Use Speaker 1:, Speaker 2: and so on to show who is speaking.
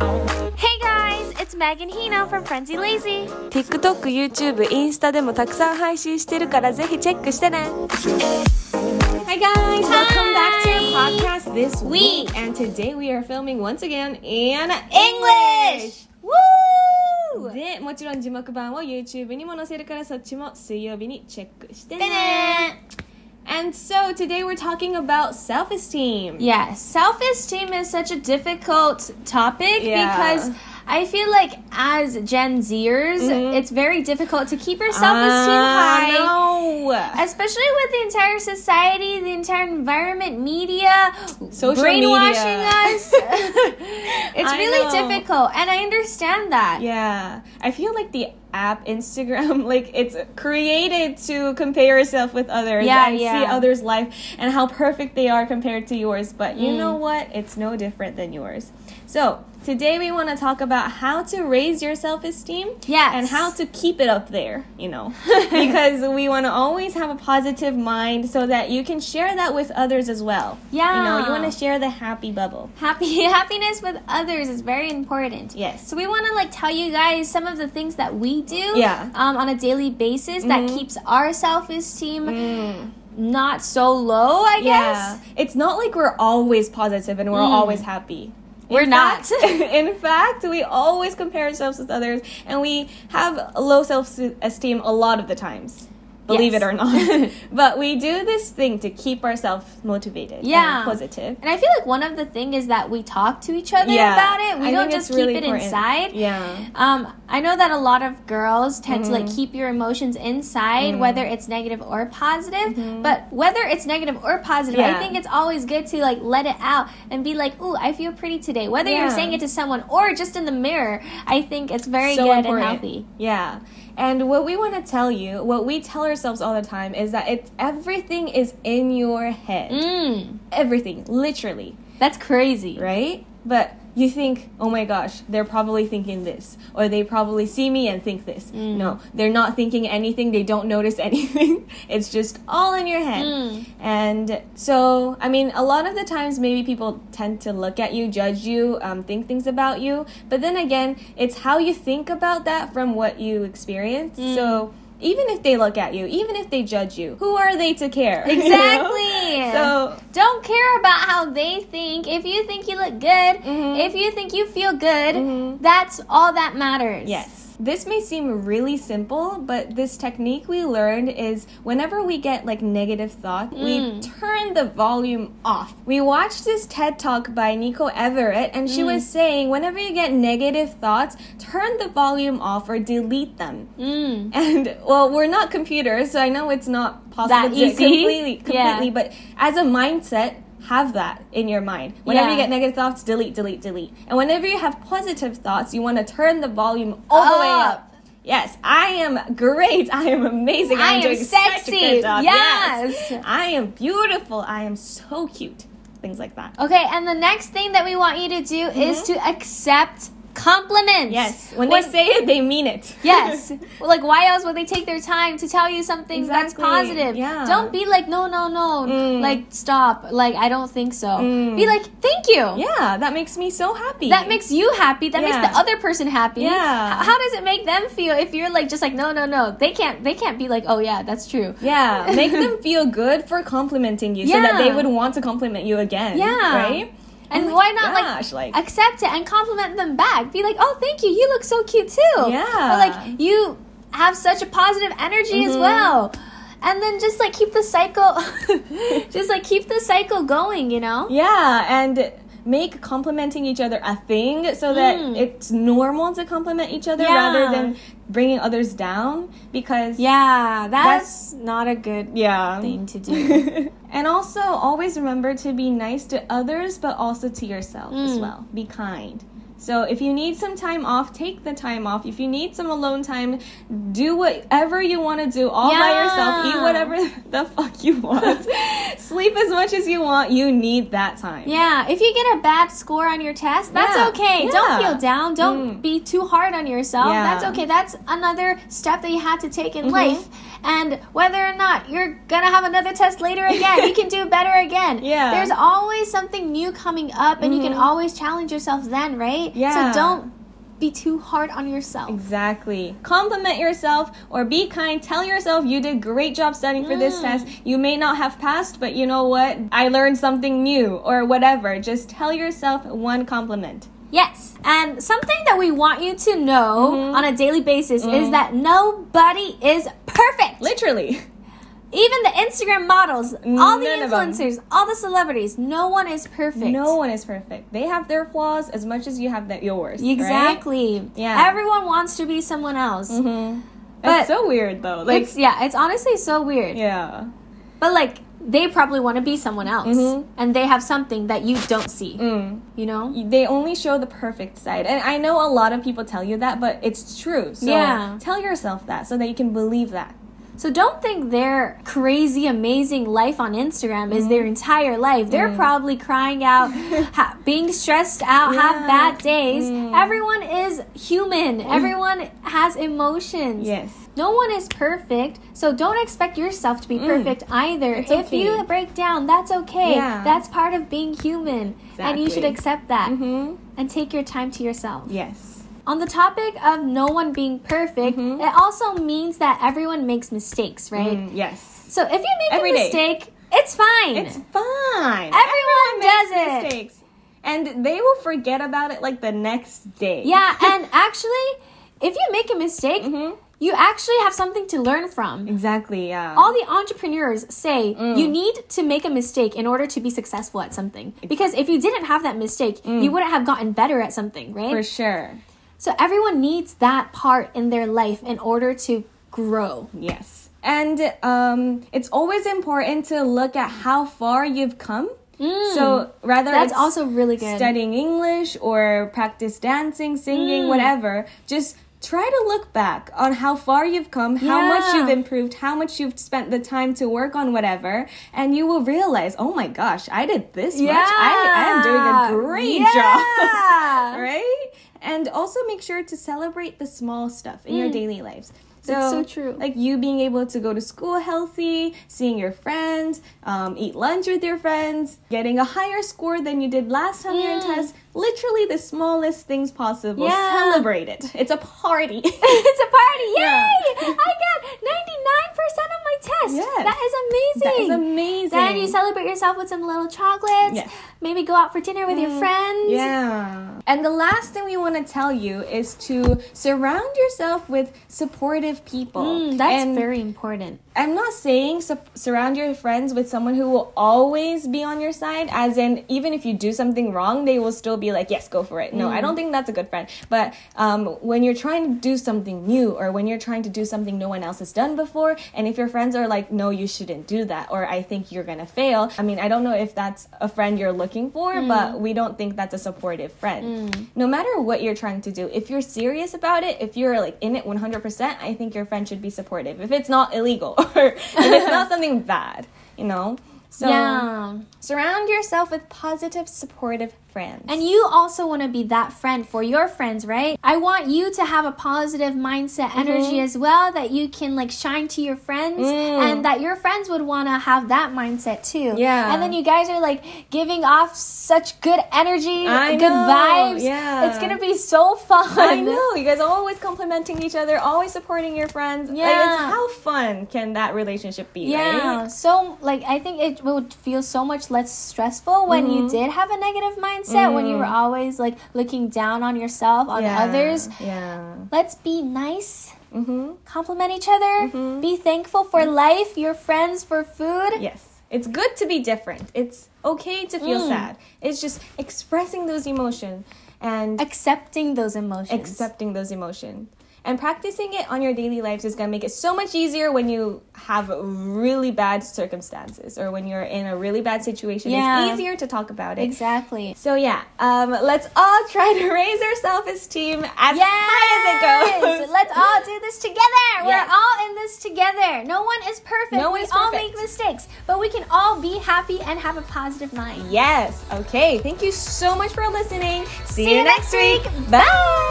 Speaker 1: Hey guys, it's Meg and Hino from Frenzy Lazy.
Speaker 2: TikTok、YouTube、インスタでもたくさん配信してるからぜひチェックしてね Hi guys! Welcome back to
Speaker 1: Hi.
Speaker 2: your podcast this
Speaker 1: Week.
Speaker 2: week! And today we are filming once again in
Speaker 1: English!
Speaker 2: English! で、もちろん字幕版を YouTube にも載せるからそっちも水曜日にチェックしてね And so today we're talking about self-esteem
Speaker 1: Yeah, self esteem is such a difficult topic
Speaker 2: Yeah.
Speaker 1: because I feel like as Gen Zers,
Speaker 2: Mhm.
Speaker 1: it's very difficult to keep your self esteem high.
Speaker 2: Ah, no.
Speaker 1: Especially with the entire society, the entire environment, media,
Speaker 2: Social
Speaker 1: brainwashing
Speaker 2: media.
Speaker 1: us. it's
Speaker 2: I
Speaker 1: really
Speaker 2: know.
Speaker 1: difficult, and I understand that.
Speaker 2: Yeah, I feel like the app Instagram, like it's created to compare yourself with others
Speaker 1: Yeah,
Speaker 2: and see
Speaker 1: yeah.
Speaker 2: others' life and how perfect they are compared to yours. But you know
Speaker 1: Mm.
Speaker 2: what? It's no different than yours. So today we want to talk about how to raise your self-esteem
Speaker 1: Yes.
Speaker 2: and how to keep it up there. You know, because we want to always have a positive mind so that you can share that with others as well. You know, you
Speaker 1: Yeah.
Speaker 2: want to share the happy bubble.
Speaker 1: Happy happiness with others is very important.
Speaker 2: Yes.
Speaker 1: So we want to like tell you guys some of the things that we do
Speaker 2: Yeah. Mm-hmm.
Speaker 1: um, on a daily basis that keeps our self-esteem
Speaker 2: Mm.
Speaker 1: not so low, I guess.
Speaker 2: It's not like we're always positive and we're always
Speaker 1: Mm.
Speaker 2: happy.
Speaker 1: We're not.
Speaker 2: fact- in fact, we always compare ourselves with others and we have low self esteem a lot of the times. Believe
Speaker 1: Yes.
Speaker 2: it or not. but we do this thing to keep ourselves motivated
Speaker 1: Yeah.
Speaker 2: and positive.
Speaker 1: And I feel like one of the thing is that we talk to each other about it. We
Speaker 2: I
Speaker 1: don't
Speaker 2: think
Speaker 1: just
Speaker 2: it's
Speaker 1: keep
Speaker 2: really
Speaker 1: it
Speaker 2: important.
Speaker 1: inside.
Speaker 2: Yeah.
Speaker 1: Um, I know that a lot of girls tend to
Speaker 2: Mm-hmm.
Speaker 1: like keep your emotions inside,
Speaker 2: Mm.
Speaker 1: whether it's negative or positive. But whether it's negative or positive, I
Speaker 2: Mm-hmm. Yeah.
Speaker 1: think it's always good to like let it out and be like, "Ooh, I feel pretty today." Whether you're
Speaker 2: Yeah.
Speaker 1: saying it to someone or just in the mirror, I think it's very
Speaker 2: so
Speaker 1: good
Speaker 2: important.
Speaker 1: and healthy.
Speaker 2: Yeah. And what we want to tell you, what we tell ourselves all the time is that it's everything is in your head.
Speaker 1: Mm,
Speaker 2: Everything, literally.
Speaker 1: that's crazy.
Speaker 2: right? But you think, oh my gosh, they're probably thinking this, or they probably see me and think this.
Speaker 1: Mm.
Speaker 2: No, they're not thinking anything, they don't notice anything. it's just all in your head.
Speaker 1: Mm.
Speaker 2: And so, I mean, a lot of the times maybe people tend to look at you, judge you, um, think things about you. But then again, it's how you think about that from what you experience.
Speaker 1: Mm.
Speaker 2: So, even if they look at you, even if they judge you, who are they to care? you know?
Speaker 1: Exactly.
Speaker 2: So,
Speaker 1: Don't care about how they think. If you think you look good,
Speaker 2: Mhm.
Speaker 1: if you think you feel good,
Speaker 2: Mhm.
Speaker 1: that's all that matters.
Speaker 2: Yes. This may seem really simple, but this technique we learned is whenever we get like negative thought, we turn the volume off. We watched this TED talk by Nico Everett, and she was saying whenever you get negative thoughts, turn the volume off or delete them.
Speaker 1: Mm.
Speaker 2: And well, we're not computers, so I know it's not possible
Speaker 1: That
Speaker 2: to
Speaker 1: easy?
Speaker 2: completely,
Speaker 1: Yeah.
Speaker 2: completely. But as a mindset, have that in your mind. Whenever
Speaker 1: Yeah.
Speaker 2: you get negative thoughts, delete, delete, delete. And whenever you have positive thoughts, you want to turn the volume all the way
Speaker 1: Up.
Speaker 2: up. Yes, I am great. I am amazing.
Speaker 1: I
Speaker 2: I'm
Speaker 1: am
Speaker 2: doing Such a
Speaker 1: sexy.
Speaker 2: good job.
Speaker 1: Yes.
Speaker 2: I am beautiful. I am so cute. Things like that.
Speaker 1: Okay, and the next thing that we want you to do is to accept compliments.
Speaker 2: Mm-hmm. Yes, when they say it, they mean it.
Speaker 1: Yes. Well, like, why else would they take their time to tell you something that's
Speaker 2: Exactly.
Speaker 1: positive?
Speaker 2: Yeah.
Speaker 1: Don't be like, no, no, no.
Speaker 2: Mm.
Speaker 1: Like, stop. Like, I don't think so.
Speaker 2: Mm.
Speaker 1: Be like, thank you.
Speaker 2: yeah, that makes me so happy.
Speaker 1: That makes you happy. That
Speaker 2: Yeah.
Speaker 1: makes the other person happy.
Speaker 2: Yeah.
Speaker 1: H- How does it make them feel if you're like just like no no no they can't they can't be like oh yeah that's true.
Speaker 2: Yeah, make them feel good for complimenting you so that
Speaker 1: Yeah.
Speaker 2: they would want to compliment you again.
Speaker 1: Yeah.
Speaker 2: Right?
Speaker 1: And
Speaker 2: Oh my
Speaker 1: why not like,
Speaker 2: gosh, like-
Speaker 1: accept it and compliment them back? Be like oh thank you you look so cute too.
Speaker 2: Yeah.
Speaker 1: Or like you have such a positive energy as
Speaker 2: Mhm.
Speaker 1: well. And then just like keep the cycle, just like keep the cycle going, you know?
Speaker 2: Yeah, and make complimenting each other a thing so that
Speaker 1: Mm.
Speaker 2: it's normal to compliment each other
Speaker 1: Yeah.
Speaker 2: rather than bringing others down because
Speaker 1: Yeah,
Speaker 2: that's
Speaker 1: not a good
Speaker 2: yeah.
Speaker 1: to
Speaker 2: and also always remember to be nice to others but also to yourself as
Speaker 1: Mm.
Speaker 2: well be kind so if you need some time off take the time off if you need some alone time do whatever you want to do all by yourself
Speaker 1: Yeah.
Speaker 2: eat whatever the fuck you want sleep as much as you want you need that time
Speaker 1: Yeah, if you get a bad score on your test, that's
Speaker 2: Yeah,
Speaker 1: okay. Don't
Speaker 2: yeah.
Speaker 1: feel down. Don't
Speaker 2: Mm.
Speaker 1: be too hard on yourself.
Speaker 2: Yeah. Mm-hmm.
Speaker 1: That's okay. That's another step that you had to take in life. And whether or not you're going to have another test later again, you can do better again.
Speaker 2: Yeah. Mm-hmm.
Speaker 1: There's always something new coming up, and you can always challenge yourself then, right? right?
Speaker 2: Yeah.
Speaker 1: So don't be too hard on yourself.
Speaker 2: Exactly. Compliment yourself or be kind. Tell yourself you did great job studying for
Speaker 1: Mm.
Speaker 2: this test. You may not have passed, but you know what? I learned something new or whatever. Just tell yourself one compliment.
Speaker 1: Yes. And something that we want you to know
Speaker 2: Mm-hmm.
Speaker 1: on a daily basis
Speaker 2: Mm.
Speaker 1: is that nobody is perfect.
Speaker 2: Literally.
Speaker 1: Even the Instagram models, all the
Speaker 2: None of 'em.
Speaker 1: influencers, all the celebrities, no one is perfect.
Speaker 2: No one is perfect. They have their flaws as much as you have that yours. right?
Speaker 1: Exactly.
Speaker 2: Yeah.
Speaker 1: Everyone wants to be someone else.
Speaker 2: Mhm.
Speaker 1: But-
Speaker 2: It's so weird though. Like
Speaker 1: It's yeah, it's honestly so weird.
Speaker 2: yeah.
Speaker 1: But like they probably want to be someone else
Speaker 2: Mhm.
Speaker 1: and they have something that you don't see,
Speaker 2: Mm.
Speaker 1: you know?
Speaker 2: They only show the perfect side. And I know a lot of people tell you that, but it's true. So
Speaker 1: Yeah.
Speaker 2: tell yourself that so that you can believe that.
Speaker 1: So don't think their crazy amazing life on Instagram is
Speaker 2: Mm-hmm.
Speaker 1: their entire life.
Speaker 2: Mm.
Speaker 1: They're probably crying out, ha- being stressed out, have
Speaker 2: Yeah. Mm.
Speaker 1: bad days. Everyone is human. Everyone has emotions.
Speaker 2: Yes.
Speaker 1: No one is perfect, so don't expect yourself to be perfect either. if
Speaker 2: Mm. okay.
Speaker 1: you break down, that's okay.
Speaker 2: Yeah.
Speaker 1: That's part of being human. And you should
Speaker 2: Exactly.
Speaker 1: accept that
Speaker 2: hmm
Speaker 1: and take your time to yourself.
Speaker 2: Yes.
Speaker 1: On the topic of no one being perfect,
Speaker 2: Mhm.
Speaker 1: it also means that everyone makes mistakes, right?
Speaker 2: Mm, yes.
Speaker 1: So if you make
Speaker 2: Every
Speaker 1: a
Speaker 2: day.
Speaker 1: mistake, it's fine.
Speaker 2: It's fine.
Speaker 1: Everyone does it.
Speaker 2: Mistakes. And they will forget about it like the next day.
Speaker 1: yeah, and actually, if you make a mistake,
Speaker 2: Mhm.
Speaker 1: you actually have something to learn from.
Speaker 2: Exactly. Yeah.
Speaker 1: All the entrepreneurs say you
Speaker 2: Mm.
Speaker 1: need to make a mistake in order to be successful at something. Because if you didn't have that mistake, you wouldn't have gotten better at something, right?
Speaker 2: Mm. for sure.
Speaker 1: So everyone needs that part in their life in order to grow.
Speaker 2: Yes. And um, it's always important to look at how far you've come. So rather
Speaker 1: Mm. That's
Speaker 2: it's
Speaker 1: also really good.
Speaker 2: studying English or practice dancing, singing,
Speaker 1: Mm.
Speaker 2: whatever, just try to look back on how far you've come, how much
Speaker 1: Yeah.
Speaker 2: you've improved, how much you've spent the time to work on whatever, and you will realize, oh my gosh, I did this much. I, I am doing a great job.
Speaker 1: Yeah.
Speaker 2: right? And also make sure to celebrate the small stuff in your daily lives. So,
Speaker 1: That's Hmm. so true.
Speaker 2: Like you being able to go to school healthy, seeing your friends, um, eat lunch with your friends, getting a higher score than you did last time you were in test. Literally the smallest things possible.
Speaker 1: Hmm. Yeah.
Speaker 2: Celebrate it. It's a party.
Speaker 1: it's a party. Yay!
Speaker 2: Yeah.
Speaker 1: I got 99% on my test.
Speaker 2: Yes.
Speaker 1: That is amazing.
Speaker 2: that is amazing.
Speaker 1: Then you celebrate yourself with some little chocolates.
Speaker 2: Yes. Mm.
Speaker 1: Maybe go out for dinner with your friends.
Speaker 2: Yeah. And the last thing we want to tell you is to surround yourself with supportive people.
Speaker 1: Mm, that's
Speaker 2: and
Speaker 1: very important.
Speaker 2: I'm not saying su- surround your friends with someone who will always be on your side, as in, even if you do something wrong, they will still be like, yes, go for it. No, I don't think that's a good friend. But um, when you're trying to do something new, or when you're trying to do something no one else has done before, and if your friends are like, no, you shouldn't do that, or I think you're gonna fail, I mean, I don't know if that's a friend you're looking for,
Speaker 1: Mm.
Speaker 2: but we don't think that's a supportive friend. No matter what you're trying to do, if you're serious about it, if you're like in it 100%, I think your friend should be supportive. If it's not illegal, or if it's not something bad, you know? So
Speaker 1: yeah.
Speaker 2: surround yourself with positive, supportive friends.
Speaker 1: And you also want to be that friend for your friends, right? I want you to have a positive mindset
Speaker 2: Mm-hmm.
Speaker 1: energy as well that you can like shine to your friends
Speaker 2: Mm.
Speaker 1: and that your friends would want to have that mindset too.
Speaker 2: Yeah.
Speaker 1: And then you guys are like giving off such good energy,
Speaker 2: I
Speaker 1: good
Speaker 2: know,
Speaker 1: vibes.
Speaker 2: yeah.
Speaker 1: It's going to be so fun.
Speaker 2: I know you guys are always complimenting each other, always supporting your friends. Like, it's
Speaker 1: Yeah.
Speaker 2: how fun can that relationship be?
Speaker 1: Yeah.
Speaker 2: right?
Speaker 1: So like I think it would feel so much less stressful when you
Speaker 2: Mm-hmm.
Speaker 1: did have a negative mindset when you were always like looking down on yourself, on
Speaker 2: Yeah,
Speaker 1: others.
Speaker 2: Yeah.
Speaker 1: Let's be nice.
Speaker 2: Mm-hmm.
Speaker 1: compliment each other, be thankful for life, your friends, for food.
Speaker 2: Yes. It's good to be different. It's okay to feel
Speaker 1: Mm.
Speaker 2: sad. It's just expressing those emotions and
Speaker 1: Accepting those emotions.
Speaker 2: accepting those emotions. And practicing it on your daily lives is gonna make it so much easier when you have really bad circumstances or when you're in a really bad situation.
Speaker 1: Yeah.
Speaker 2: It's easier to talk about it.
Speaker 1: exactly.
Speaker 2: So yeah, um, let's all try to raise our self-esteem as high as it
Speaker 1: Yes!
Speaker 2: goes.
Speaker 1: Let's all do this together.
Speaker 2: Yes.
Speaker 1: We're all in this together. No one is perfect.
Speaker 2: No
Speaker 1: we
Speaker 2: one's
Speaker 1: all
Speaker 2: perfect.
Speaker 1: make mistakes, but we can all be happy and have a positive mind.
Speaker 2: Yes. Okay. Thank you so much for listening. See,
Speaker 1: you next week.
Speaker 2: Bye.